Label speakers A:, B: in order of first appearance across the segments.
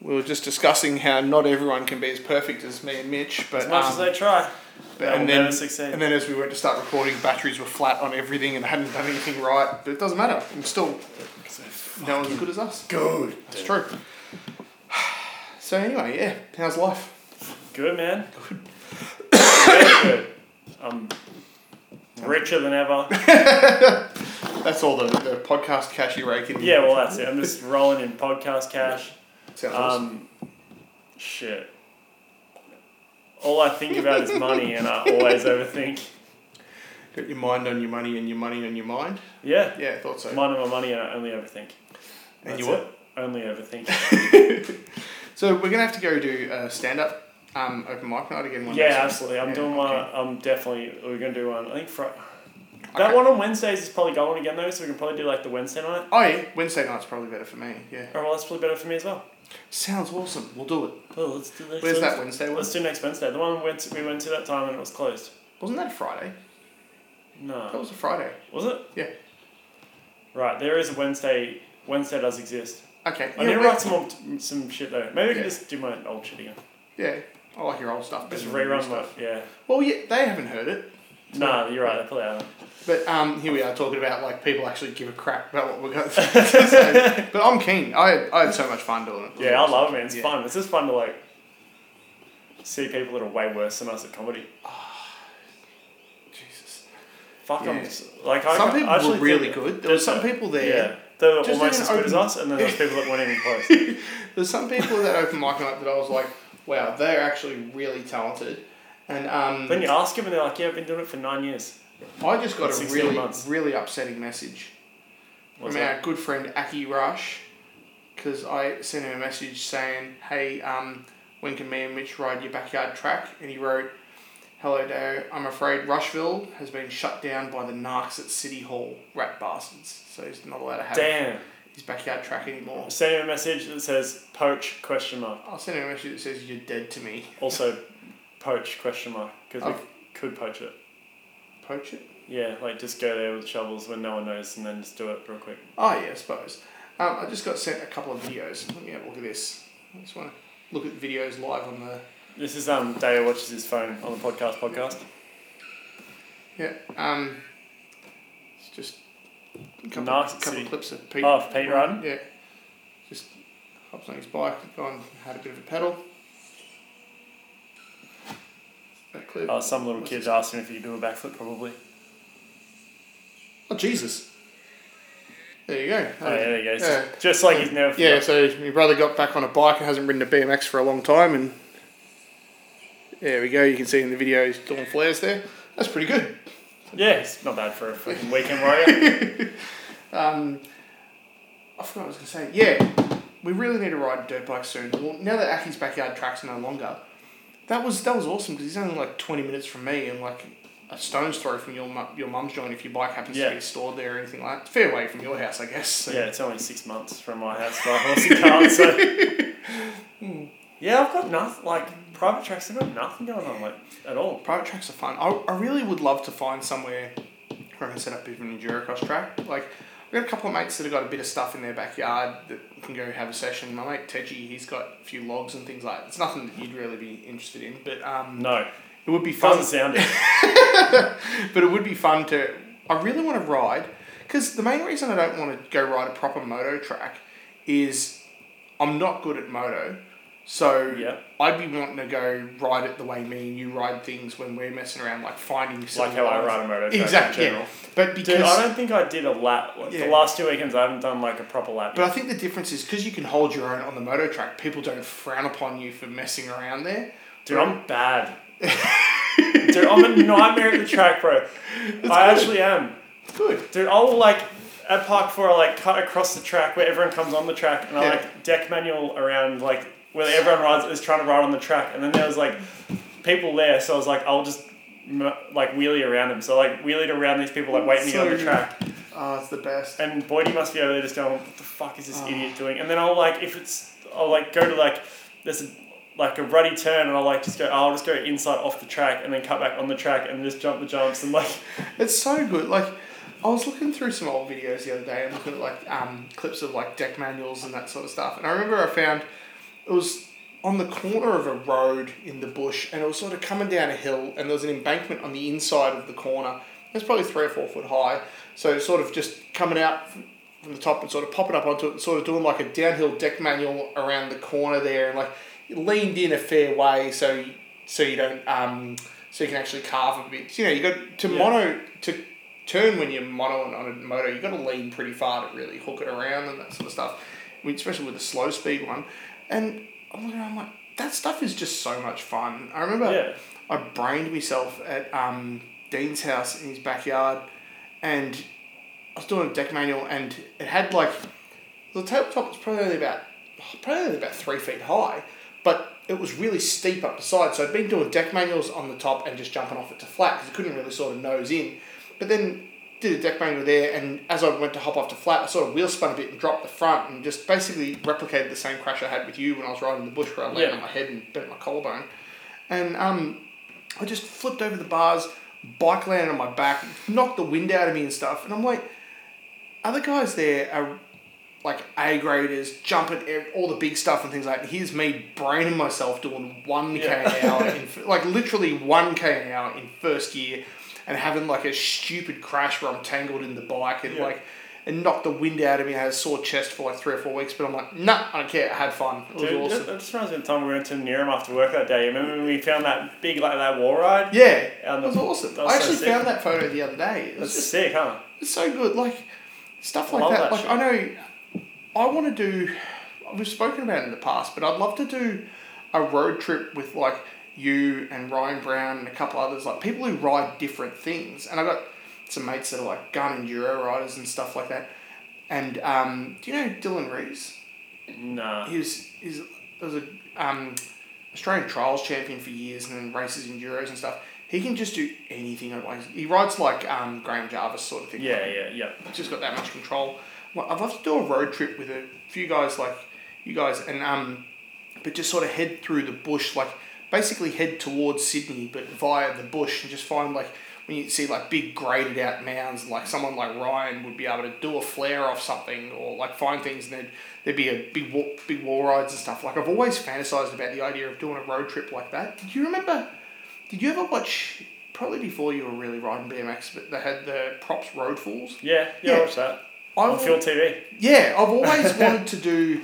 A: we were just discussing how not everyone can be as perfect as me and Mitch, but
B: As much
A: um,
B: as they try,
A: but-
B: they will
A: and then
B: never succeed.
A: and then as we went to start recording, batteries were flat on everything and I hadn't done anything right. But it doesn't matter. I'm still no one's as good as us.
C: Good.
A: That's true. So anyway, yeah, how's life?
B: Good man. Very good. I'm richer than ever.
A: That's all the, the podcast cash you rake in.
B: Yeah, well that's it. I'm just rolling in podcast cash.
A: Sounds awesome.
B: Um, shit. All I think about is money, and I always overthink.
A: Got your mind on your money and your money on your mind.
B: Yeah,
A: Yeah, I thought so.
B: mind on my money, and I only overthink.
A: and
B: That's
A: you what?
B: it. Only overthink.
A: So we're gonna have to go do a stand up um, open mic night again. One
B: yeah, uh,
A: day.
B: absolutely. I'm
A: Yeah,
B: doing one.
A: okay.
B: I'm definitely. We're gonna do one. I think Friday. That
A: Okay.
B: one on Wednesdays is probably going again though, so we can probably do like the Wednesday night.
A: Oh yeah, Wednesday night's probably better for me. Yeah,
B: Or well, that's probably better for me as well.
A: sounds awesome. We'll do it.
B: Well, let's do next.
A: Where's that
B: Wednesday.
A: Wednesday one?
B: Let's do next Wednesday. The one we went to, we went to that time and it was closed.
A: Wasn't that Friday? That
B: No,
A: was a Friday.
B: was it?
A: Yeah.
B: Right, there is a Wednesday. Wednesday does exist.
A: Okay.
B: I
A: yeah,
B: need to
A: we-
B: write some more, some shit though. Maybe I can
A: Yeah.
B: just do my old shit again.
A: yeah, I like your old stuff.
B: Just
A: better than your new
B: rerun my yeah.
A: Well, yeah, they haven't heard it,
B: Nah, you're right. I probably haven't.
A: but um, here we are talking about like people actually give a crap about what we're going. to say. But I'm keen. I had, I had so much fun doing it. it. was
B: Yeah, I
A: awesome.
B: love it, man. It's
A: Yeah.
B: fun. It's just fun to like see people that are way worse than us at comedy.
A: Jesus.
B: Fuck,
A: Yeah.
B: I'm just, like I
A: Some
B: can't-
A: people
B: I actually
A: were really
B: think-
A: good. There were
B: there's
A: some
B: a-
A: people there.
B: Yeah, they were
A: Just
B: almost
A: in
B: as
A: an
B: good as
A: open-
B: us, and then there's people that weren't even close.
A: There's some people that open mic night that I was like, wow, they're actually really talented. And um,
B: then you ask them, and they're like, "Yeah, I've been doing it for nine years."
A: I just got a
B: 16
A: really,
B: months.
A: really upsetting message
B: What's
A: from
B: that?
A: our good friend Aki Rush because I sent him a message saying, hey, um, when can me and Mitch ride your backyard track? And he wrote, hello, Dale. I'm afraid Rushville has been shut down by the narcs at City Hall, rat bastards. So he's not allowed to have
B: Damn.
A: his backyard track anymore.
B: Send him a message that says "poach?" question mark.
A: I'll send him a message that says, you're dead to me.
B: Also, poach? question mark because
A: Oh.
B: we could poach it.
A: Poach it.
B: Yeah, like just go there with shovels when no one knows, and then just do it real quick.
A: Oh yeah, I suppose. Um, I just got sent a couple of videos. Let me have a look at this. I just want to look at videos live on the.
B: This is um Dale watches his phone on the podcast podcast.
A: Yeah. Um, it's just a couple,
B: Nice to
A: couple
B: see.
A: of clips of Pete.
B: Oh, of Pete riding?
A: Yeah. Just hops on his bike, gone, had a bit of a pedal. That clip.
B: Uh, some little
A: What's
B: kids asked him if he could do a backflip, probably.
A: Oh, Jesus. There you go.
B: Oh, yeah, there you go. It's
A: Yeah.
B: Just, just like he's never.
A: Yeah,
B: forgot.
A: so my brother got back on a bike and hasn't ridden a BMX for a long time, and there we go. You can see in the video he's doing flares there. That's pretty good.
B: yeah, it's not bad for a fucking weekend warrior.
A: Um, I forgot what I was going to say. Yeah, we really need to ride dirt bikes soon. Well, now that Aki's backyard track's no longer, that was that was awesome because he's only like twenty minutes from me and like a stone's throw from your mu- your mum's joint if your bike happens
B: Yeah.
A: to be stored there or anything like. That. Fair way from your house, I guess. so-
B: yeah, it's only six months from my house to my horse and cart. So. yeah, I've got nothing. Like private tracks, I've got nothing going on like at all.
A: Private tracks are fun. I, I really would love to find somewhere where I can set up a bit of an endurocross track. Like, I've got a couple of mates that have got a bit of stuff in their backyard that can go have a session. My mate Teji, he's got a few logs and things like that. It's nothing that you'd really be interested in, but um,
B: No,
A: it would be fun.
B: doesn't sound it.
A: But it would be fun to. I really want to ride because the main reason I don't want to go ride a proper moto track is I'm not good at moto, so
B: Yep.
A: I'd be wanting to go ride it the way me and you ride things when we're messing around, like finding
B: Like
A: silver
B: how I
A: lines.
B: ride a motor track
A: Exactly.
B: in general.
A: Yeah. But because
B: Dude, I don't think I did a lap. Like,
A: Yeah.
B: The last two weekends, I haven't done like a proper lap.
A: but I think the difference is because you can hold your own on the moto track, people don't frown upon you for messing around there.
B: Dude, I'm bad. Dude, I'm a nightmare at the track, bro. I actually am.
A: Good.
B: Dude, I'll like at park four, I like cut across the track where everyone comes on the track, and I
A: Yeah.
B: like deck manual around like where everyone rides is trying to ride on the track, and then there was like people there, so I was like, I'll just m- like wheelie around them. So I, like wheelied around these people like waiting me on the
A: So-
B: track, Ah,
A: Oh, it's the best.
B: and Boydie must be over there just going, what the fuck is this
A: Oh.
B: idiot doing? And then I'll like if it's I'll like go to like there's a like a ruddy turn and I'll like just go I'll just go inside off the track and then cut back on the track and just jump the jumps and like
A: It's so good. Like, I was looking through some old videos the other day and looking at like um, clips of like deck manuals and that sort of stuff. And I remember I found it was on the corner of a road in the bush, and it was sort of coming down a hill, and there was an embankment on the inside of the corner. It's probably three or four foot high, so it's sort of just coming out from the top and sort of popping up onto it, and sort of doing like a downhill deck manual around the corner there, and like it leaned in a fair way, so you, so you don't um so you can actually carve a bit. You know, you got to
B: Yeah.
A: mono to turn when you're mono and on a moto, you got to lean pretty far to really hook it around and that sort of stuff, I mean, especially with a slow speed one. And I'm looking around, I'm like, that stuff is just so much fun. I remember
B: Yeah.
A: I brained myself at um, Dean's house in his backyard, and I was doing a deck manual, and it had like the tabletop was probably only about probably only about three feet high, but it was really steep up the side. So I'd been doing deck manuals on the top and just jumping off it to flat because I couldn't really sort of nose in. But then did a deck manual there, and as I went to hop off to flat, I sort of wheel spun a bit and dropped the front, and just basically replicated the same crash I had with you when I was riding in the bush where I landed
B: Yeah.
A: on my head and bent my collarbone. And um, I just flipped over the bars, bike landed on my back, knocked the wind out of me and stuff. And I'm like, other guys there are like A graders, jumping ev- all the big stuff and things like that. Here's me braining myself doing 1k an
B: Yeah.
A: hour, in, f- like literally 1k an hour in first year and having like a stupid crash where I'm tangled in the bike and
B: Yeah.
A: like. And knocked the wind out of me. I had a sore chest for like three or four weeks, but I'm like, nah, I don't care. I had fun. It was
B: Dude,
A: awesome.
B: that, that just reminds me of the time we went to Nearham after work that day. Remember when we found that big, like, that wall ride?
A: Yeah,
B: And
A: that was
B: the-
A: awesome.
B: that was
A: I
B: so
A: actually
B: sick.
A: found that photo the other day. It was
B: That's
A: just
B: sick, huh?
A: it's so good. Like stuff
B: I
A: like
B: love
A: that.
B: that
A: Like
B: shit.
A: I know, I want to do. We've spoken about it in the past, but I'd love to do a road trip with like you and Ryan Brown and a couple others, like people who ride different things. And I got some mates that are like gun enduro riders and stuff like that. And um, do you know Dylan Rees?
B: Nah.
A: He was, he's, was a um, Australian trials champion for years and then races enduros and stuff. He can just do anything. I want. He rides like um, Graham Jarvis sort of thing.
B: Yeah, yeah, yeah.
A: He's just got that much control. Well, I'd love to do a road trip with a few guys like you guys and um, but just sort of head through the bush, like basically head towards Sydney, but via the bush and just find like when you see like big graded out mounds, like someone like Ryan would be able to do a flare off something or like find things and there'd, there'd be a big wall, big wall rides and stuff. Like I've always fantasized about the idea of doing a road trip like that. Do you remember? Did you ever watch? Probably before you were really riding BMX, but they had the props road falls.
B: Yeah,
A: Yeah. Oh.
B: yeah, I watched that.
A: I
B: On Fuel TV.
A: yeah, I've always wanted to do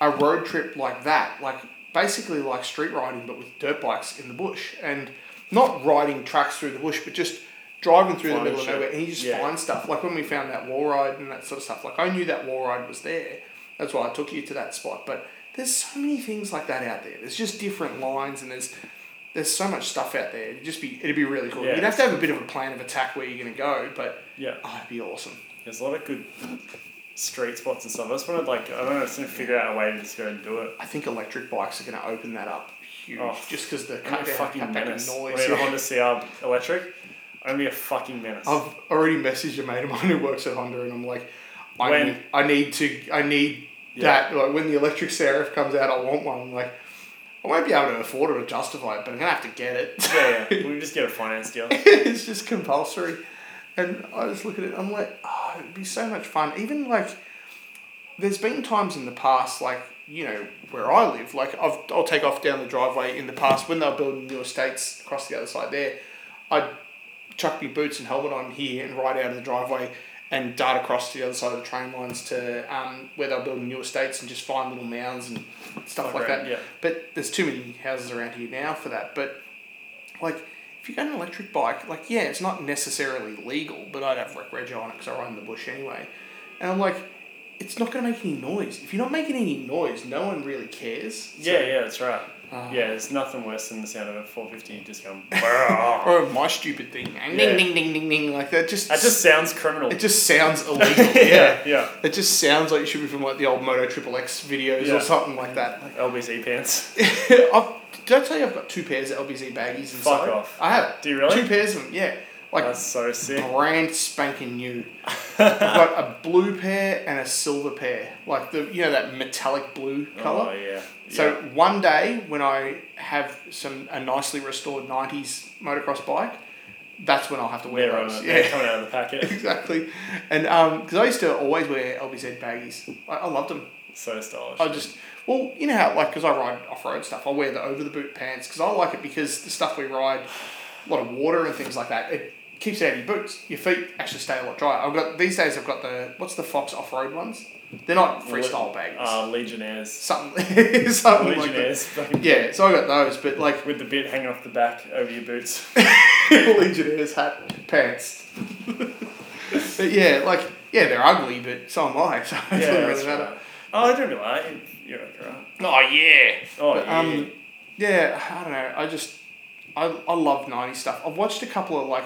A: a road trip like that, like basically like street riding but with dirt bikes in the bush and not riding tracks through the bush, but just driving through
B: Finding
A: the middle of
B: shit.
A: nowhere and you just
B: Yeah.
A: find stuff. Like when we found that wall ride and that sort of stuff, like I knew that wall ride was there. That's why I took you to that spot. But there's so many things like that out there. There's just different lines and there's there's so much stuff out there. It'd just be it'd be really cool.
B: Yeah.
A: You'd have to have a bit of a plan of attack where you're gonna go, but
B: Yeah.
A: oh, it'd be awesome.
B: There's a lot of good street spots and stuff. I just wanted, like, I don't know, I just need to figure out a way to just go and do it.
A: I think electric bikes are going to open that up huge,
B: Oh,
A: just because the
B: I'm
A: cut
B: a
A: down,
B: fucking
A: cut back in
B: menace.
A: noise.
B: I mean, a
A: Yeah.
B: Honda CR electric. I'm gonna be a fucking menace.
A: I've already messaged a mate of mine who works at Honda, and I'm like, I
B: When-
A: need, I need to, I need
B: Yeah.
A: that. Like when the electric Serif comes out, I want one. I'm like, I won't be able to afford it or justify it, but I'm gonna have to get it.
B: yeah, yeah. We just get a finance deal.
A: it's just compulsory. And I just look at it, I'm like, oh, it'd be so much fun. Even like, there's been times in the past, like, you know, where I live, like, I've, I'll take off down the driveway in the past when they were building new estates across the other side there. I'd chuck my boots and helmet on here and ride out of the driveway and dart across to the other side of the train lines to um, where they're building new estates and just find little mounds and stuff like
B: Right,
A: that.
B: yeah.
A: But there's too many houses around here now for that. But like if you got an electric bike, like yeah, it's not necessarily legal, but I'd have rec reg on it because I ride in the bush anyway. And I'm like, it's not gonna make any noise. If you're not making any noise, no one really cares.
B: Yeah, yeah, that's right.
A: Ah.
B: yeah, there's nothing worse than the sound of a 450 just going. "Brrr."
A: Or my stupid thing, and
B: Yeah.
A: ding ding ding ding ding, like that just
B: that just sounds criminal.
A: it just sounds illegal. yeah.
B: yeah.
A: It just sounds like it should be from like the old Moto Triple X videos
B: Yeah.
A: or something like that. Like,
B: LBC pants.
A: I've, did I tell you I've got two pairs of LBZ baggies inside?
B: off.
A: I have
B: Do you really?
A: two pairs of them. Yeah, like
B: That's so sick.
A: brand spanking new. I've got a blue pair and a silver pair, like the you know that metallic blue color.
B: Oh yeah.
A: So one day when I have some a nicely restored '90s motocross bike, that's when I'll have to
B: yeah.
A: wear
B: they're on
A: those.
B: it.
A: Yeah,
B: They're coming out of the packet.
A: exactly. And um, because I used to always wear LBZ baggies, I, I loved them.
B: So stylish.
A: I just well, you know how like because I ride off road stuff, I wear the over the boot pants because I like it because the stuff we ride, a lot of water and things like that. It keeps it out of your boots. Your feet actually stay a lot drier. I've got these days. I've got the what's the Fox off road ones? They're not freestyle bags.
B: Uh, Legionnaires.
A: something, something like that.
B: Legionnaires. fucking-
A: Yeah, so I got those, but like
B: With the bit hanging off the back over your boots.
A: Legionnaires hat pants. but yeah, like yeah, they're ugly, but so am I. So it doesn't
B: that's
A: really matter.
B: right. Oh, I don't be like you're okay, right.
A: Oh yeah.
B: Oh,
A: But,
B: yeah.
A: um, yeah, I don't know. I just, I, I love 90s stuff. I've watched a couple of like,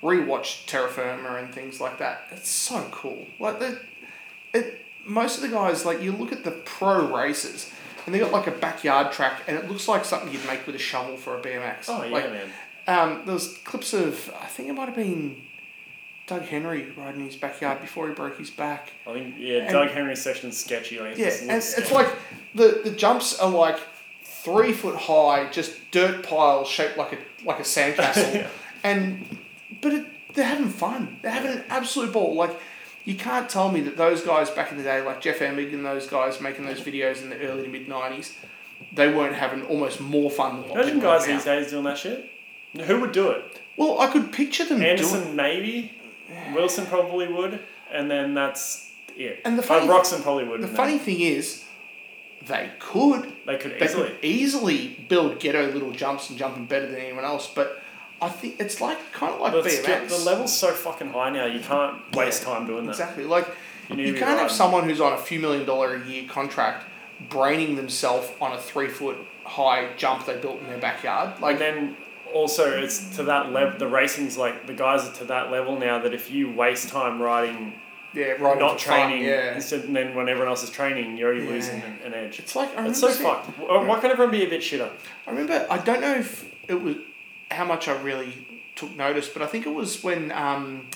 A: rewatched Terra Firma and things like that. It's so cool. Like, the, it, most of the guys, like, you look at the pro races and they got like a backyard track and it looks like something you'd make with a shovel for a BMX.
B: oh yeah,
A: like,
B: man.
A: um, there was clips of, I think it might have been Doug Henry riding his backyard before he broke his back.
B: I think yeah,
A: and-
B: Doug Henry's section's sketchy. Like, it
A: Yeah,
B: just
A: and
B: looks
A: it's, it's
B: sketchy.
A: like the, the jumps are like three foot high, just dirt piles shaped like a like a sandcastle,
B: Yeah.
A: and but it, they're having fun. They're having an absolute ball. Like you can't tell me that those guys back in the day, like Jeff Emig and those guys making those videos in the early to mid nineties, they weren't having almost more fun than what
B: imagine
A: people are
B: guys
A: now.
B: these days doing that shit. Who would do it?
A: Well, I could picture them doing.
B: Anderson maybe, Wilson probably would, and then that's it.
A: And the
B: Like,
A: funny-
B: Roxon probably would.
A: The funny thing is, they could.
B: they could
A: They
B: easily.
A: could easily build ghetto little jumps and jumping better than anyone else, but I think it's like kind of like
B: But it's
A: BMX.
B: get- the level's so fucking high now. You can't waste time doing that.
A: exactly. Like you,
B: You need to be
A: can't have
B: riding.
A: someone who's on a few million dollar a year contract braining themselves on a three foot high jump they built in their backyard. Like
B: And then also, it's to that level. The racing's like the guys are to that level now that if you waste time riding
A: yeah, right.
B: not training
A: yeah.
B: instead, and then when everyone else is training, you're already
A: Yeah.
B: losing an, an edge.
A: It's like I remember.
B: It's so
A: seeing-
B: fucked. Why why can't everyone be a bit shitter?
A: I remember. I don't know if it was how much I really took notice, but I think it was when um,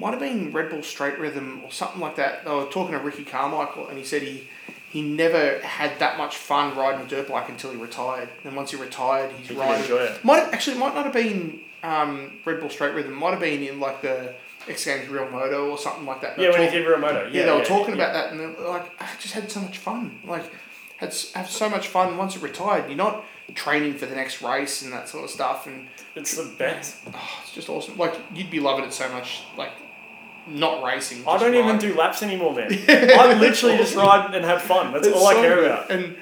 A: might have been Red Bull Straight Rhythm or something like that. They were talking to Ricky Carmichael, and he said he he never had that much fun riding a dirt bike until he retired. And once he retired, he's
B: You can
A: riding.
B: enjoy it.
A: Might have, actually might not have been um, Red Bull Straight Rhythm. Might have been in like the X Games Real Moto or something like that. They
B: Yeah,
A: were
B: when you
A: talking-
B: give her a motor. Yeah,
A: yeah, they were
B: yeah,
A: talking
B: yeah.
A: about that, and they were like, I just had so much fun. Like, had s- have so much fun once it retired. You're not training for the next race and that sort of stuff, and
B: It's the best.
A: oh, it's just awesome. Like, you'd be loving it so much. Like, not racing.
B: I
A: just
B: don't even
A: riding.
B: do laps anymore, man. I literally just ride and have fun. That's
A: It's
B: all I
A: so
B: care
A: good.
B: about.
A: And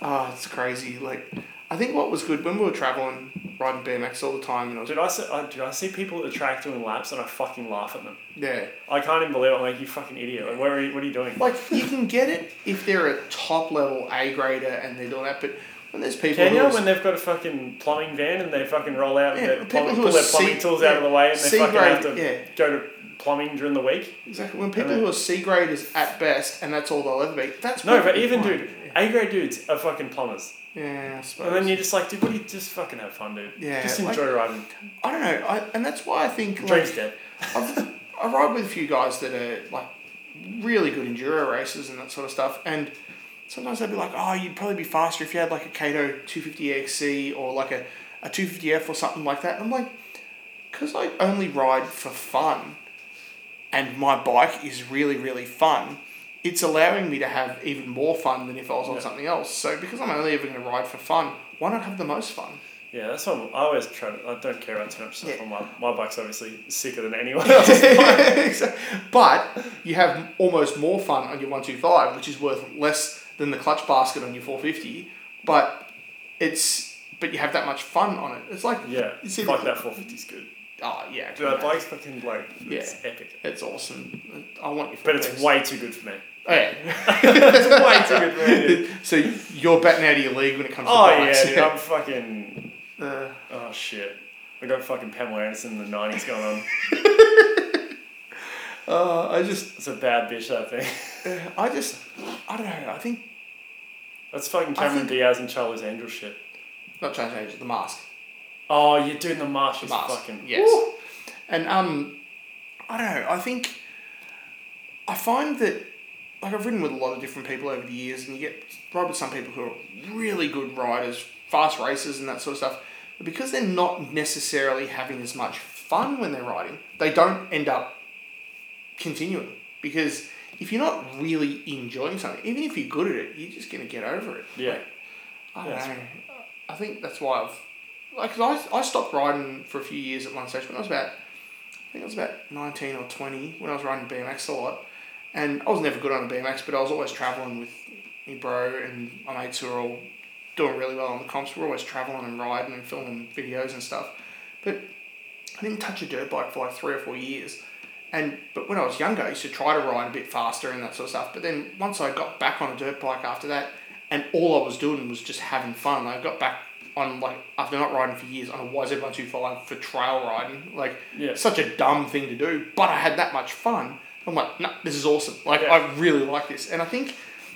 A: ah, it's crazy. Like, I think what was good when we were traveling, riding BMX all the time, and I was
B: Did I see? I, did I see people at the track doing laps and I fucking laugh at them?
A: yeah.
B: I can't even believe it. I'm like, you fucking idiot. Like, where are you, what are you doing?
A: Like, you can get it if they're a top level A grader and they're doing that, but when there's people
B: Kenya,
A: who are
B: when they've got a fucking plumbing van and they fucking roll out
A: Yeah,
B: and their
A: people
B: plumbing,
A: who
B: pull
A: are
B: their plumbing
A: C-
B: tools out of the way and they
A: C
B: fucking have to
A: grade, yeah.
B: go to plumbing during the week.
A: Exactly. When people
B: then-
A: who are C graders at best, and that's all they'll ever be. That's
B: No, but
A: perfectly
B: even
A: fine.
B: dude, A grade dudes are fucking plumbers.
A: Yeah, I suppose.
B: And then you're just like, dude, what do you just fucking have fun, dude?
A: Yeah,
B: Just
A: like-
B: enjoy riding.
A: I don't know. I, and that's why I think
B: Dream's
A: like
B: dead.
A: I've, I ride with a few guys that are like really good enduro races and that sort of stuff, and sometimes they'll be like, "Oh, you'd probably be faster if you had like a Kato two fifty XC or like a a two fifty F or something like that." And I'm like, because I only ride for fun, and my bike is really really fun. It's allowing me to have even more fun than if I was on
B: Yeah.
A: something else. So because I'm only ever going to ride for fun, why not have the most fun?
B: Yeah, that's what I'm- I always try to. I don't care about too much stuff
A: Yeah.
B: on my my bike's obviously sicker than anyone else.
A: but you have almost more fun on your 125, which is worth less than the clutch basket on your 450. But it's but you have that much fun on it. It's like
B: yeah,
A: You see
B: fuck
A: the-
B: that 450's good.
A: oh yeah,
B: Dude, that bike's fucking like it's epic.
A: it's awesome. I want you.
B: But it's way too good for me.
A: Oh, yeah.
B: It's way too good for me.
A: so
B: Dude.
A: you're batting out of your league when it comes to
B: Oh yeah,
A: bikes.
B: dude, I'm fucking.
A: Uh,
B: Oh shit, we got fucking Pamela Anderson in the '90s going on.
A: uh, I just
B: It's a bad bitch that thing.
A: uh, I just I don't know. I think
B: That's fucking
A: I
B: Cameron
A: think-
B: Diaz and Charlie's Angel shit.
A: not change age the mask.
B: Oh, you're doing the marsh. is
A: Mask,
B: fucking
A: yes. And um, I don't know. I think I find that like I've ridden with a lot of different people over the years, and you get ride with some people who are really good riders, fast racers, and that sort of stuff. But because they're not necessarily having as much fun when they're riding, they don't end up continuing because if you're not really enjoying something, even if you're good at it, you're just gonna get over it.
B: Yeah.
A: Like, I don't
B: Yeah, that's
A: know. I think that's why I've like 'cause I I stopped riding for a few years at one stage when I was about I think I was about nineteen or twenty when I was riding BMX a lot, and I was never good on a BMX, but I was always traveling with me bro and my mates who are all doing really well on the comps. We're always traveling and riding and filming videos and stuff, but I didn't touch a dirt bike for like three or four years. And but when I was younger, I used to try to ride a bit faster and that sort of stuff. But then once I got back on a dirt bike after that, and all I was doing was just having fun. I got back on like after not riding for years on a YZ one two five for trail riding. Like
B: Yeah.
A: such a dumb thing to do, but I had that much fun. I'm like, no, this is awesome. Like
B: Yeah.
A: I really like this. And I think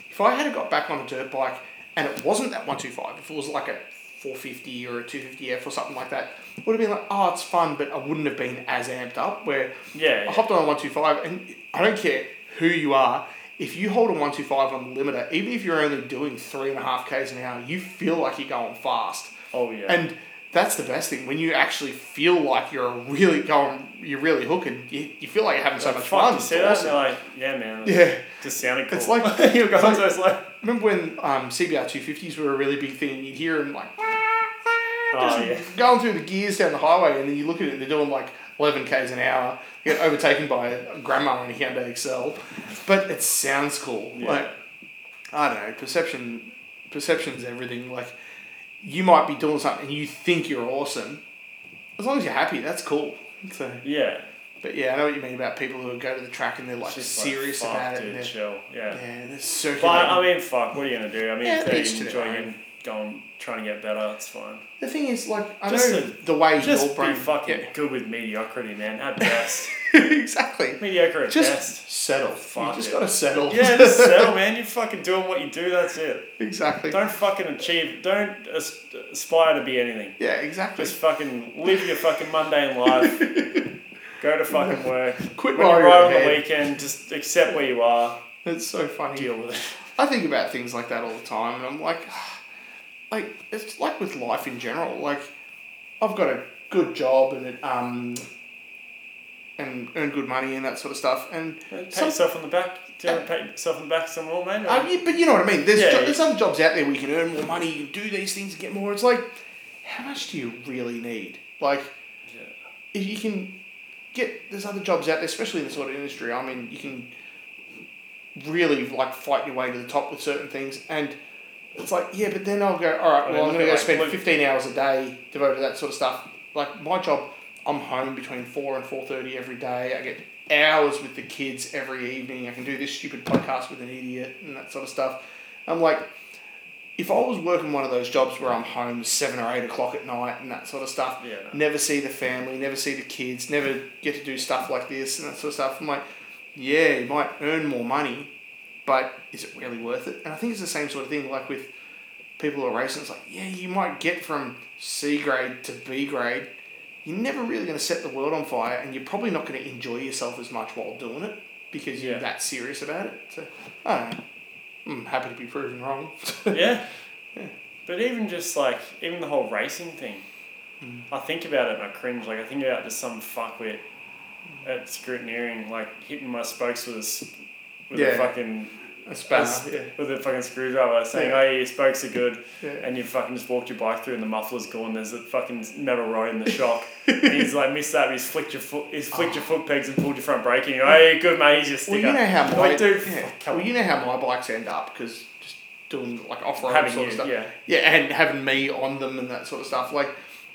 A: if I had got back on a dirt bike and it wasn't that one two five, if it was like a four fifty or a two fifty F or something like that, it would have been like, oh, it's fun, but I wouldn't have been as amped up. Where
B: Yeah.
A: I hopped on a 125, and I don't care who you are, if you hold a 125 on the limiter, even if you're only doing three and a half Ks an hour, you feel like you're going fast.
B: Oh yeah.
A: And that's the best thing. When you actually feel like you're really going, you're really hooking, you, you feel like you're having so
B: Like,
A: much
B: fuck,
A: fun.
B: You
A: It's
B: see that?
A: awesome.
B: They're like, yeah, man. It
A: Yeah.
B: Just sounded cool.
A: It's like, you know,
B: Sometimes
A: guys,
B: it's like,
A: remember when um, CBR 250s were a really big thing and you'd hear them like, "Ah,
B: oh yeah.
A: going through the gears down the highway, and then you look at it, they're doing like 11 k's an hour, you get overtaken by a grandma in a Hyundai Excel, but it sounds cool.
B: Yeah.
A: Like, I don't know, perception, perception's everything. Like, you might be doing something and you think you're awesome. As long as you're happy, that's cool. So,
B: Yeah.
A: but yeah, I know what you mean about people who go to the track and they're like
B: It's just like,
A: serious
B: fuck,
A: about it.
B: dude,
A: And they're,
B: chill. Yeah.
A: yeah, they're
B: But
A: circulating.
B: I mean, fuck. What are you gonna do? I mean,
A: Yeah,
B: if
A: each to
B: they're
A: their
B: enjoying
A: own.
B: it, going trying to get better, it's fine.
A: the thing is, like, I
B: Just
A: know
B: to-
A: the way
B: Just
A: your
B: be
A: brain
B: fucking good with mediocrity, man. At best,
A: yeah. exactly.
B: mediocre at
A: Just
B: best.
A: settle.
B: Fuck
A: you just
B: it.
A: gotta settle.
B: Yeah, just settle, man. You're fucking doing what you do. That's it.
A: Exactly.
B: Don't fucking achieve. Don't as- aspire to be anything.
A: yeah, exactly.
B: Just fucking live your fucking mundane life. Go to fucking work.
A: Quit
B: When you
A: worrying
B: ride on the
A: ahead.
B: weekend, just accept where you are.
A: It's so funny.
B: Deal with it.
A: I think about things like that all the time, and I'm like, like it's like with life in general. Like, I've got a good job and it, um, and earn good money and that sort of stuff. And
B: Pat
A: Some-
B: yourself on the back. Do you ever pat yourself on the back some more, man?
A: uh, you- but you know what I mean. There's
B: Yeah,
A: jo-
B: yeah.
A: there's other jobs out there where you can earn more money, you can do these things, and get more. It's like, how much do you really need? Like,
B: Yeah.
A: if you can get there's other jobs out there, especially in the sort of industry. I mean, you can really like fight your way to the top with certain things, and it's like yeah, but then I'll go all right.
B: And
A: Well, I'm
B: look
A: gonna
B: at,
A: go
B: like,
A: spend
B: Luke-
A: fifteen hours a day devoted to that sort of stuff. Like my job, I'm home between four and four thirty every day. I get hours with the kids every evening. I can do this stupid podcast with an idiot and that sort of stuff. I'm like, if I was working one of those jobs where I'm home seven or eight o'clock at night and that sort of stuff,
B: Yeah, no.
A: never see the family, never see the kids, never get to do stuff like this and that sort of stuff. I'm like, yeah, you might earn more money, but is it really worth it? And I think it's the same sort of thing, like with people who are racing. It's like, yeah, you might get from C grade to B grade. You're never really going to set the world on fire, and you're probably not going to enjoy yourself as much while doing it because you're
B: Yeah.
A: that serious about it. So, I don't know. I'm happy to be proven wrong.
B: yeah. But even just like even the whole racing thing,
A: Mm.
B: I think about it and I cringe. Like I think about just some fuckwit at scrutineering, like hitting my spokes with a s- with
A: Yeah.
B: a fucking
A: That's bad. Yeah.
B: with a fucking screwdriver, saying,
A: Yeah.
B: "Oh, your spokes are good,"
A: Yeah.
B: and you fucking just walked your bike through and the muffler's gone. There's a fucking metal rod in the shock. and he's like missed that. But he's flicked your foot. He's flicked your foot pegs and pulled your front brake. And you're, "Hey, good mate, he's your
A: Well,
B: sticker."
A: you know how my
B: Like, dude,
A: yeah.
B: fuck, come
A: well,
B: on.
A: you know how my bikes end up because just doing like off road
B: Having
A: sort of
B: you,
A: stuff.
B: yeah.
A: and having me on them and that sort of stuff. Like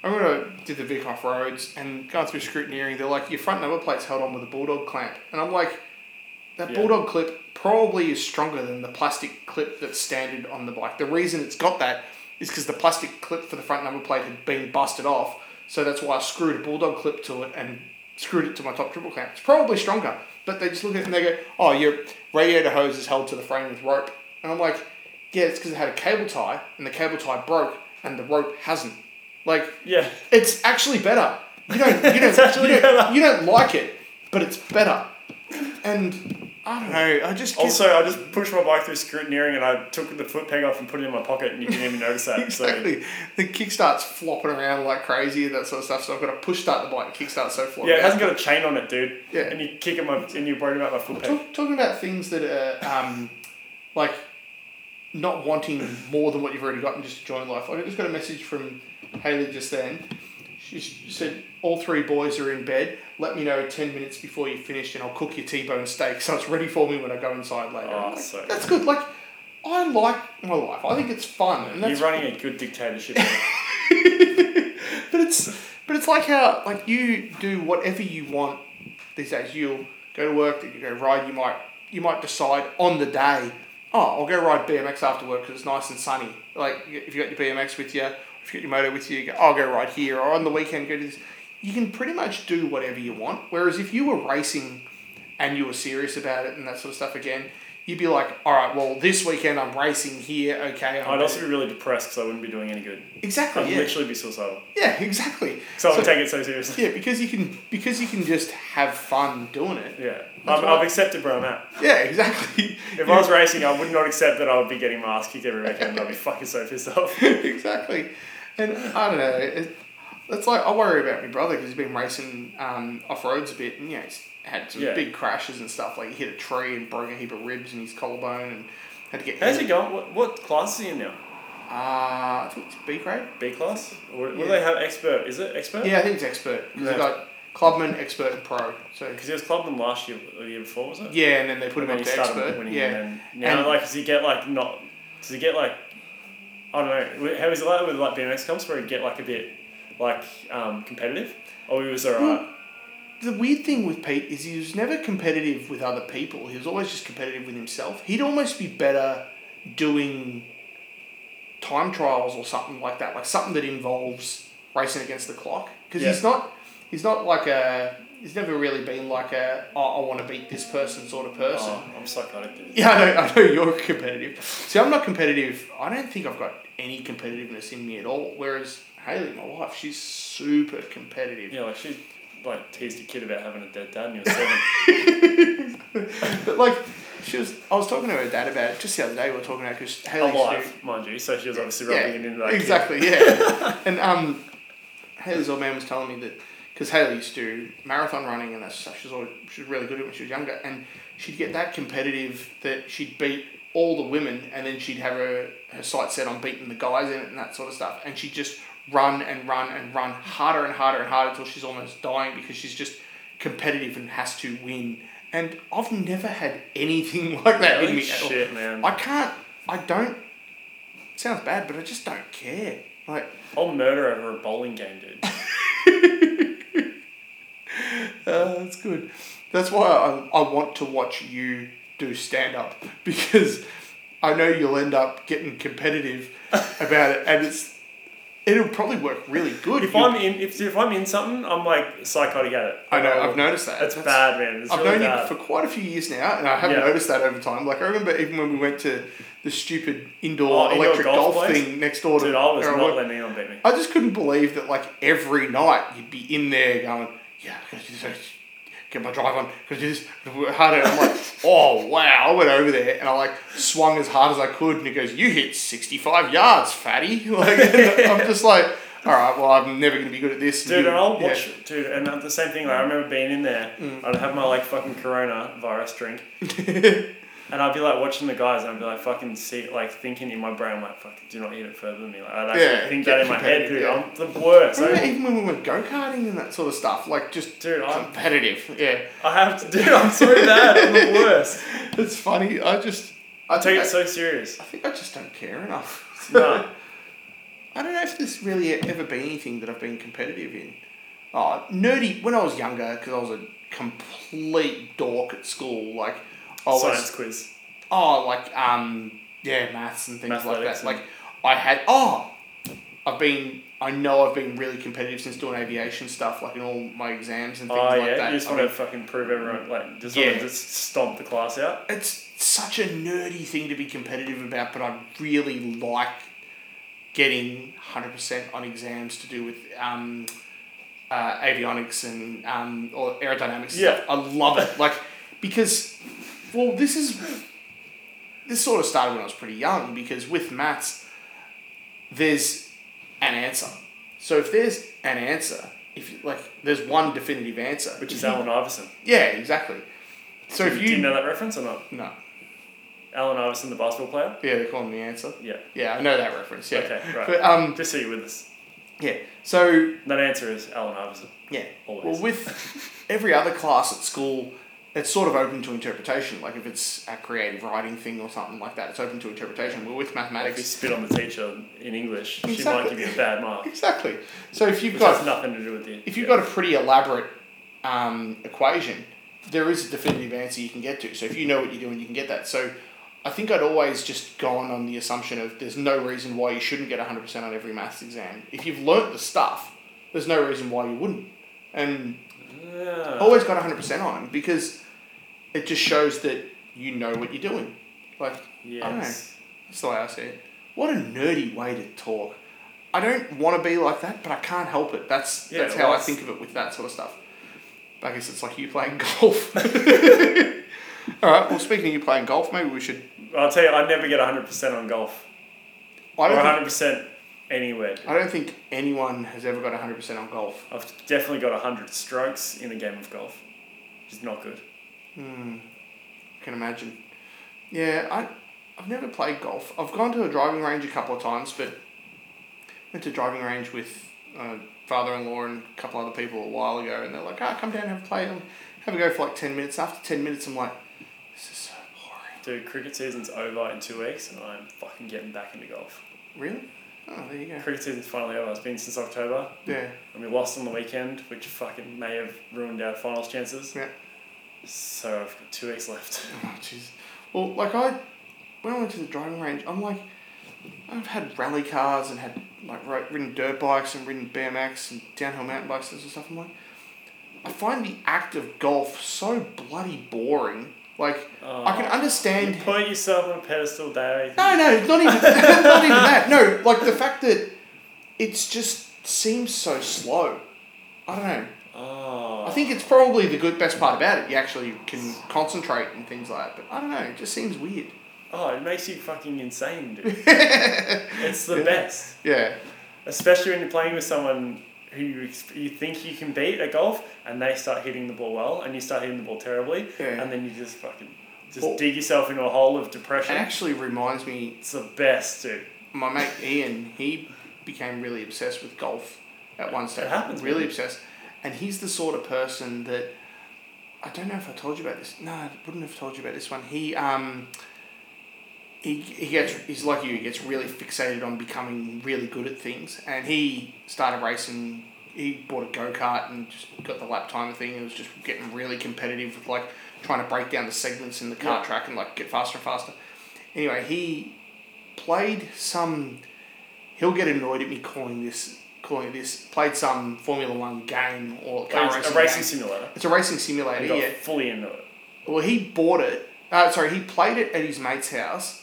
A: I remember I did the Vic off roads and going through scrutineering. They're like your front number plate's held on with a bulldog clamp, and I'm like, that
B: Yeah.
A: bulldog clip probably is stronger than the plastic clip that's standard on the bike. The reason it's got that is because the plastic clip for the front number plate had been busted off, so that's why I screwed a bulldog clip to it and screwed it to my top triple clamp. It's probably stronger, but they just look at it and they go, "Oh, your radiator hose is held to the frame with rope," and I'm like, "Yeah, it's because it had a cable tie, and the cable tie broke, and the rope hasn't." Like,
B: yeah.
A: it's actually better. You don't. You don't
B: It's actually
A: you don't,
B: better.
A: You don't like it, but it's better. And I don't know. I just
B: Also, I just pushed my bike through scrutineering and I took the foot peg off and put it in my pocket, and you didn't even notice that. So
A: exactly. The kick starts flopping around like crazy and that sort of stuff. So I've got to push start the bike. Kick starts so flopping.
B: yeah, it hasn't got a chain on it, dude.
A: Yeah.
B: And you kick at my and you're worried about my foot peg.
A: Talk, talking about things that are um, like not wanting more than what you've already got and just enjoying life. I just got a message from Haley just then. She s- said, "All three boys are in bed. Let me know ten minutes before you finished, and I'll cook your T-bone steak so it's ready for me when I go inside later."
B: Oh,
A: I'm like,
B: so-
A: that's good. Like, I like my life. I think it's fun, and
B: You're
A: that's
B: running a good dictatorship.
A: but it's but it's like how like you do whatever you want these days. You'll go to work, then you go ride. You might you might decide on the day. Oh, I'll go ride BMX after work because it's nice and sunny. Like you- if you got your BMX with you, if you got your motor with you, you go, I'll go ride here. Or on the weekend, go to this. You can pretty much do whatever you want. Whereas if you were racing and you were serious about it and that sort of stuff again, you'd be like, all right, well, this weekend I'm racing here. Okay, I'm
B: I'd also be really depressed because I wouldn't be doing any good. I'd
A: exactly Oh, yeah,
B: literally be suicidal.
A: yeah, exactly.
B: So I would
A: So-
B: take it so seriously.
A: yeah, because you can because you can just have fun doing it.
B: Yeah.
A: That's
B: I've,
A: why-
B: I've accepted where I'm at.
A: Yeah, exactly.
B: If I was racing, I would not accept that I would be getting my ass kicked every weekend. I'd be fucking so pissed off.
A: exactly, and I don't know. It, it's like I worry about my brother because he's been racing um, off roads a bit, and you know he's had some
B: Yeah.
A: big crashes and stuff. Like he hit a tree and broke a heap of ribs in his collarbone, and had to get.
B: How's it going? What, what class is he in now?
A: Uh, I think it's B grade.
B: B class? Or what
A: Yeah.
B: do they have? Expert? Is it expert?
A: Yeah, I think it's expert. 'cause
B: Yeah.
A: He's got clubman, expert, and pro. So
B: Because he was clubman last year or the year before, was it?
A: yeah, and then they put him up
B: And he
A: to
B: started
A: expert.
B: winning.
A: Yeah,
B: And then now,
A: And-
B: like, does he get like not? Does he get like? I don't know. How is it like with like BMX comps where he get like a bit like um, competitive? Or he was alright.
A: Mm. the weird thing with Pete is he was never competitive with other people. He was always just competitive with himself. He'd almost be better doing time trials or something like that, like something that involves racing against the clock. Because he's not, he's not like a, he's never really been like a, oh, I want to beat this person sort of person.
B: Oh, I'm psychotic. Dude.
A: Yeah, I know, I know you're competitive. See, I'm not competitive. I don't think I've got any competitiveness in me at all. Whereas Haley, my wife, she's super competitive.
B: Yeah, like she like teased a kid about having a dead dad and he was seven.
A: But like, she was. I was talking to her dad about it just the other day. We were talking about because Haley's
B: alive, mind you. So she was obviously
A: Yeah,
B: rubbing it into that. kid.
A: exactly. Yeah, and um, Haley's old man was telling me that because Haley used to do marathon running and that stuff. She was always, she was really good at it when she was younger, and she'd get that competitive that she'd beat all the women, and then she'd have her her sights set on beating the guys in it and that sort of stuff, and she'd just run and run and run harder and harder and harder until she's almost dying because she's just competitive and has to win. And I've never had anything like that in
B: Holy
A: me at all.
B: shit, man.
A: I can't. I don't. Sounds bad, but I just don't care. Like
B: I'll murder over a bowling game, dude.
A: uh, that's good. That's why I, I want to watch you do stand up because I know you'll end up getting competitive about it, and it's it'll probably work really good.
B: If
A: You'll-
B: I'm in, if, if I'm in something, I'm like psychotic at it.
A: I know. I've noticed that.
B: That's, bad, man. It's
A: I've known
B: really bad.
A: you for quite a few years now, and I haven't
B: Yeah.
A: noticed that over time. Like I remember even when we went to the stupid
B: Oh,
A: indoor
B: indoor
A: electric
B: golf
A: golf,
B: place?
A: thing next door to
B: Dude, I was
A: where I
B: not
A: work.
B: letting anyone beat me.
A: I just couldn't believe that like every night you'd be in there going, yeah, I gotta do this, I gotta get my drive on, I gotta do this, I gotta work harder. And I'm like, oh wow, I went over there and I like swung as hard as I could, and he goes, you hit sixty five yards, fatty. Like I'm just like, all right, well I'm never gonna be good at this.
B: Dude,
A: You-
B: and I'll
A: yeah. Mm.
B: watch, dude, and that's the same thing, like, I remember being in there, I'd have my, like, fucking coronavirus drink, and I'd be, like, watching the guys, and I'd be, like, fucking, see, like, thinking in my brain, I'm like, fucking, do not hit it further than me, like, I'd actually
A: Yeah,
B: think
A: get
B: that in my head, dude,
A: competitive,
B: I'm the worst,
A: I remember
B: I-
A: even when we went go karting and that sort of stuff, like just
B: Dude, I'm-
A: competitive. Yeah,
B: I have to, dude, I'm so bad, I'm the worst,
A: it's funny. I just, I,
B: I take
A: think
B: it
A: I,
B: so serious,
A: I think I just don't care enough.
B: nah,
A: I don't know if there's really ever been anything that I've been competitive in. Oh, nerdy. When I was younger, because I was a complete dork at school, like I was
B: science quiz,
A: oh like um yeah maths and things like
B: Mathematics
A: that.
B: and-
A: Like I had oh, I've been I know I've been really competitive since doing aviation stuff, like in all my exams and things
B: oh,
A: like
B: yeah,
A: that.
B: you just
A: I
B: want to
A: mean,
B: fucking prove everyone, like, just
A: Yeah.
B: want to just stomp the class out,
A: it's such a nerdy thing to be competitive about, but I really like getting 100% on exams to do with um, uh, avionics and um, or aerodynamics. and
B: Yeah.
A: stuff. I love it. Like, because Well, this is this sort of started when I was pretty young because with maths, there's an answer. So if there's an answer, if like there's one definitive answer,
B: which
A: if
B: is
A: you-
B: Alan Iverson.
A: Yeah, exactly. So
B: do,
A: if
B: do you
A: you
B: know that reference or not?
A: no,
B: Alan Iverson, the basketball player.
A: yeah, they call him the answer.
B: Yeah.
A: Yeah, I know that reference. Yeah.
B: Okay, right.
A: But um,
B: Just so you're with us.
A: yeah. So
B: That answer is Alan Iverson.
A: yeah.
B: Always.
A: Well, with every other class at school, it's sort of open to interpretation. Like if it's a creative writing thing or something like that, it's open to interpretation. Well, with
B: If you
A: mathematics,
B: spit on the teacher in English, she might
A: Exactly.
B: give you a bad mark.
A: exactly. So if you've
B: Which
A: got
B: has nothing to do with you.
A: if you've got a pretty elaborate um, equation, there is a definitive answer you can get to. So if you know what you're doing, you can get that. So I think I'd always just gone on the assumption of there's no reason why you shouldn't get 100% on every maths exam. If you've learnt the stuff, there's no reason why you wouldn't. And
B: Yeah.
A: always got 100% on them because it just shows that you know what you're doing. Like,
B: Yes.
A: that's the way I see it. What a nerdy way to talk. I don't want to be like that, but I can't help it. That's
B: Yeah,
A: that's how I
B: that's-
A: think of it with that sort of stuff. I guess it's like you playing golf. All right. Well, speaking of you playing golf, maybe we should.
B: I'll tell you, I never get 100% on golf.
A: I
B: or
A: don't. Think,
B: 100% anywhere.
A: I don't think anyone has ever got hundred percent on golf.
B: I've definitely got 100 strokes in a game of golf, which is not good.
A: Hmm. Can imagine. Yeah, I, I've never played golf. I've gone to a driving range a couple of times, but went to driving range with uh, father-in-law and a couple other people a while ago, and they're like, "Ah, come down and have a play and have a go for like ten minutes." After ten minutes, I'm like, "This is so boring."
B: Dude, cricket season's over in two weeks and I'm fucking getting back into golf.
A: Really? Oh, there you go.
B: Cricket season's finally over. It's been since October
A: Yeah.
B: and we lost on the weekend, which fucking may have ruined our finals chances.
A: Yeah.
B: So I've got two weeks left.
A: Oh, jeez. Well, like I, when I went to the driving range, I'm like, I've had rally cars and had like ri- ridden dirt bikes and ridden BMX and downhill mountain bikes and stuff. I'm like, I find the act of golf so bloody boring. Like I can
B: Oh.
A: understand.
B: You put yourself on a pedestal, Dave.
A: No, no, it's not even not even that. No, like the fact that it's just seems so slow. I don't know.
B: Oh.
A: I think it's probably the good best part about it. You actually can concentrate and things like that. But I don't know. It just seems weird.
B: Oh, it makes you fucking insane, dude. it's the best.
A: Yeah.
B: Especially when you're playing with someone who you, ex- you think you can beat at golf and they start hitting the ball well and you start hitting the ball terribly
A: Yeah.
B: and then you just fucking just
A: Well-
B: dig yourself into a hole of
A: It
B: depression.
A: actually reminds me,
B: It's the best, dude.
A: my mate Ian, he became really obsessed with golf at one stage.
B: happens,
A: Really
B: man.
A: obsessed. And he's the sort of person that, I don't know if I told you about this. No, I wouldn't have told you about this one. He, um, he, he gets, he's like you, he gets really fixated on becoming really good at things. And he started racing, he bought a go kart and just got the lap timer thing and was just getting really competitive with like trying to break down the segments in the kart
B: Yeah.
A: track and like get faster and faster. Anyway, he played some. He'll get annoyed at me calling this calling it this. Played some Formula One game or car
B: It's
A: racing.
B: a racing
A: game.
B: simulator.
A: It's a racing
B: I
A: simulator.
B: got
A: Yeah.
B: fully into it.
A: Well, he bought it. Uh, sorry, he played it at his mate's house,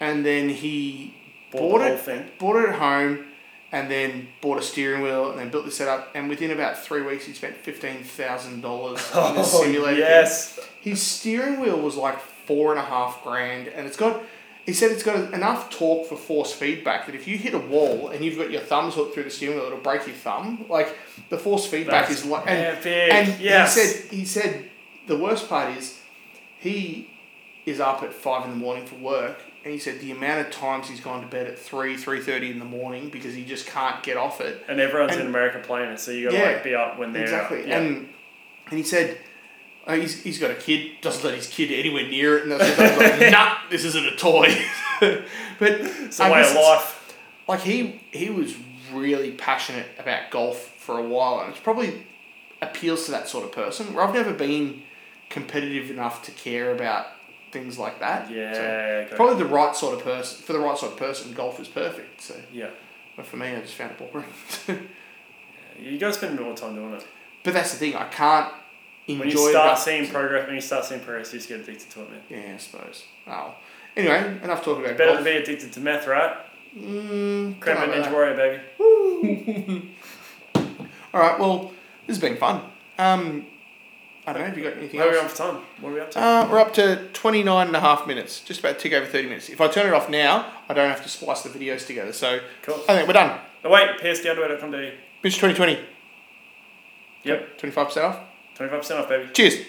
A: and then he
B: Bought,
A: bought
B: the whole
A: it
B: thing.
A: bought it at home, and then bought a steering wheel, and then built the setup. And within about three weeks, he spent fifteen thousand dollars on this simulator. thing.
B: Oh, yes.
A: His steering wheel was like four and a half grand, and it's got. He said it's got enough torque for force feedback that if you hit a wall and you've got your thumbs hooked through the steering wheel, it'll break your thumb. Like the force feedback
B: That's
A: is like, and,
B: epic.
A: and
B: yes.
A: he said he said the worst part is he is up at five in the morning for work, and he said the amount of times he's gone to bed at three three thirty in the morning because he just can't get off it.
B: and everyone's in
A: and-
B: America playing it, so you gotta
A: Yeah.
B: like be up when they're
A: Exactly.
B: Up. Yeah.
A: And and he said, uh, he's, he's got a kid, doesn't let his kid anywhere near it. And that's I was like, nah, this isn't a toy. but
B: it's a
A: I
B: way
A: guess
B: of life.
A: like he, he was really passionate about golf for a while. And it's probably appeals to that sort of person where I've never been competitive enough to care about things like that. So
B: Yeah, go.
A: probably the right sort of person, for the right sort of person, golf is perfect. So
B: yeah.
A: but for me, I just found it boring.
B: You gotta spend more time doing it.
A: but that's the thing, I can't enjoy
B: When you start
A: that-
B: seeing progress, when you start seeing progress, you just get addicted to it, man.
A: Yeah, I suppose. Oh. Anyway, enough talking about
B: Better
A: golf.
B: to be addicted to meth, right?
A: Mm,
B: Crap
A: don't
B: and
A: know
B: Ninja
A: about
B: Warrior, baby.
A: that. All right, well, this has been fun. Um, I don't know if you got anything
B: Where are we
A: else.
B: on for time? What are we up to?
A: Uh, we're up to 29 and a half minutes, just about tick over 30 minutes. If I turn it off now, I don't have to splice the videos together. So
B: cool.
A: I think we're done.
B: Oh, wait, E psdownwear.com.au.
A: Bitch 2020,
B: Yep,
A: 25% off.
B: 25% off, baby.
A: Cheers.